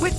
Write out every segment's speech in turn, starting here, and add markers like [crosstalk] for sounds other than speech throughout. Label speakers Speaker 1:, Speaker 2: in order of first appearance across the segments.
Speaker 1: With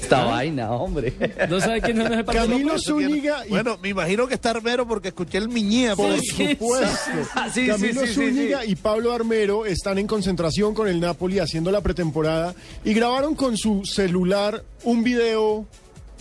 Speaker 2: Esta vaina, hombre.
Speaker 3: No sabe quién es ese partido.
Speaker 4: Camilo
Speaker 3: pues?
Speaker 4: Zúñiga y
Speaker 5: Bueno, me imagino que está Armero porque escuché el miñé.
Speaker 4: por
Speaker 3: sí, sí,
Speaker 4: supuesto.
Speaker 2: Ah, sí, sí,
Speaker 4: Camilo
Speaker 2: sí, sí,
Speaker 4: Zúñiga
Speaker 2: sí.
Speaker 4: y Pablo Armero están en concentración con el Napoli haciendo la pretemporada y grabaron con su celular un video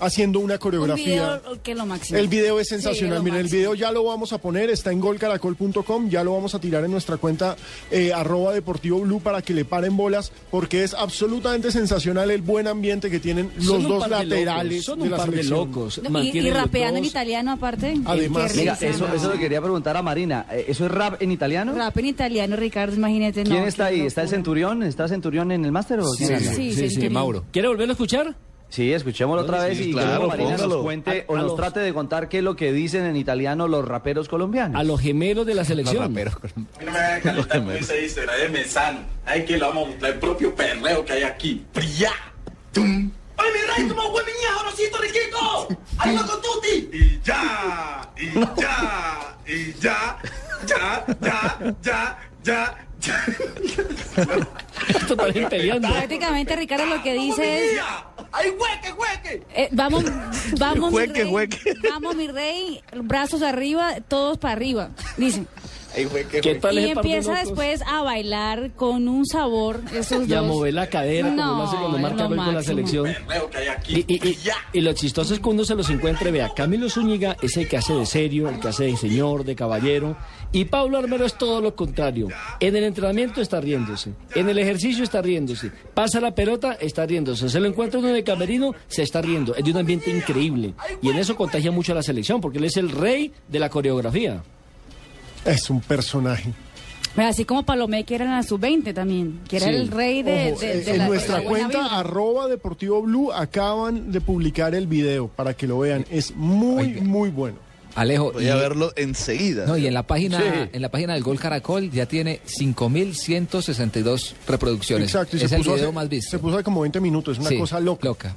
Speaker 4: haciendo una
Speaker 6: Un
Speaker 4: coreografía.
Speaker 6: video que es lo máximo.
Speaker 4: El video es
Speaker 6: Sí,
Speaker 4: sensacional.
Speaker 6: lo
Speaker 4: Miren, el
Speaker 6: máximo.
Speaker 4: video ya lo vamos a poner, está en golcaracol.com, ya lo vamos a tirar en nuestra cuenta eh, arroba deportivo blue para que le paren bolas, porque es absolutamente sensacional el buen ambiente que tienen
Speaker 3: Son
Speaker 4: los
Speaker 3: un
Speaker 4: dos
Speaker 3: par de
Speaker 4: laterales
Speaker 3: locos, Son
Speaker 4: de
Speaker 3: un
Speaker 4: la
Speaker 3: par de
Speaker 4: selección.
Speaker 3: locos.
Speaker 6: No, y,
Speaker 3: mantienen
Speaker 6: y
Speaker 3: los
Speaker 6: rapeando en
Speaker 3: dos.
Speaker 6: italiano aparte.
Speaker 4: Además.
Speaker 6: Qué
Speaker 2: Mira,
Speaker 6: risa,
Speaker 2: eso,
Speaker 6: ¿no?
Speaker 2: eso le quería preguntar a Marina. eh, ¿Eso es rap en italiano?
Speaker 6: Rap en italiano, Ricardo, imagínate. no,
Speaker 2: ¿Quién
Speaker 6: qué
Speaker 2: está ahí? ¿Está el
Speaker 6: locura.
Speaker 2: Centurión? ¿Está Centurión en el máster o quién
Speaker 6: Sí,
Speaker 2: anda?
Speaker 6: sí, Centurión.
Speaker 3: ¿Quiere volverlo a escuchar?
Speaker 2: Sí, escuchémoslo otra vez y que
Speaker 5: claro,
Speaker 2: luego Marina
Speaker 5: póngalo.
Speaker 2: nos cuente
Speaker 3: A-
Speaker 2: o
Speaker 3: a
Speaker 2: nos
Speaker 3: los-
Speaker 2: trate de contar qué es lo que dicen en italiano los raperos colombianos.
Speaker 3: A los gemelos de la selección. [laughs]
Speaker 7: A mí no me hagan calentar como ese dice, nadie me sano. Hay que lo vamos a mostrar el propio perreo que hay aquí. ¡Priya! ¡Tum! ¡Ay, mi rey, toma buen niña, ahorcito riquito! ¡Ay, no con tutti! Y ya, y ya, y ya, ya, ya, ya, ya, ya.
Speaker 3: Esto parece peleando.
Speaker 6: Prácticamente, Ricardo, lo que dice es...
Speaker 7: ¡Ay, hueque, hueque!
Speaker 6: eh,
Speaker 3: [laughs]
Speaker 6: vamos, vamos, mi
Speaker 5: Hueque,
Speaker 6: rey,
Speaker 5: hueque.
Speaker 6: vamos, mi rey, brazos arriba, todos para arriba, dicen.
Speaker 5: Ay, güey, qué
Speaker 3: ¿Qué tal
Speaker 6: Y
Speaker 3: ese par de
Speaker 6: empieza
Speaker 3: locos?
Speaker 6: después a bailar con un sabor, esos
Speaker 3: Y a
Speaker 6: dos.
Speaker 3: mover la cadera como lo hace cuando
Speaker 6: No,
Speaker 3: marca
Speaker 6: lo
Speaker 3: gol con la
Speaker 6: máximo.
Speaker 3: selección.
Speaker 7: Perreo que hay
Speaker 3: Y,
Speaker 7: aquí.
Speaker 3: y, y, y lo chistoso es que uno se los encuentre, vea, Camilo Zúñiga es el que hace de serio, el que hace de señor, de caballero, y Pablo Armero es todo lo contrario. En el entrenamiento está riéndose, en el ejercicio está riéndose, pasa la pelota, está riéndose, se lo encuentra uno en el camerino, se está riendo, es de un ambiente increíble. Y en eso contagia mucho a la selección, porque él es el rey de la coreografía.
Speaker 4: Es un personaje.
Speaker 6: Pero así como Palomé, que era en la sub-20 también, que era
Speaker 3: Sí.
Speaker 6: el rey de,
Speaker 4: Ojo,
Speaker 6: de-
Speaker 4: eh,
Speaker 6: de
Speaker 4: en
Speaker 6: la-
Speaker 4: nuestra
Speaker 6: de la buena
Speaker 4: cuenta
Speaker 6: vibra.
Speaker 4: arroba deportivo blue acaban de publicar el video para que lo vean. Es muy, muy bueno.
Speaker 8: Alejo,
Speaker 5: Voy a verlo enseguida.
Speaker 8: no, y en la página,
Speaker 2: Sí.
Speaker 8: en la página del Gol Caracol ya tiene 5.162 reproducciones.
Speaker 4: Exacto. y
Speaker 8: es el video
Speaker 4: hace-
Speaker 8: más visto.
Speaker 4: Se puso hace como 20 minutos. Es una
Speaker 8: Sí,
Speaker 4: cosa loca.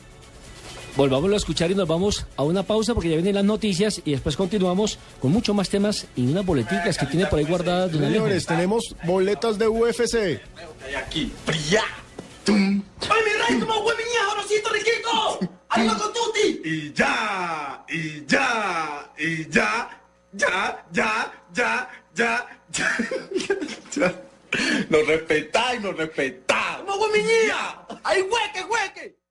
Speaker 3: Volvámoslo a escuchar y nos vamos a una pausa porque ya vienen las noticias y después continuamos con mucho más temas y unas boleticas que tiene por ahí guardadas. don Alejo.
Speaker 4: Señores, tenemos boletas de UFC.
Speaker 7: Hay aquí. ¡Priya! ¡Tum! ¡Ay, mi rey! ¡Toma buen niña! ¡Ahorcito riquito! ¡Ay, no con tutti! Y ya, y ya, y ya, ya, ya, ya, ya, ya, ya. Nos respetáis, nos respetáis. ¡Toma buen niña! ¡Ay, hueque, hueque!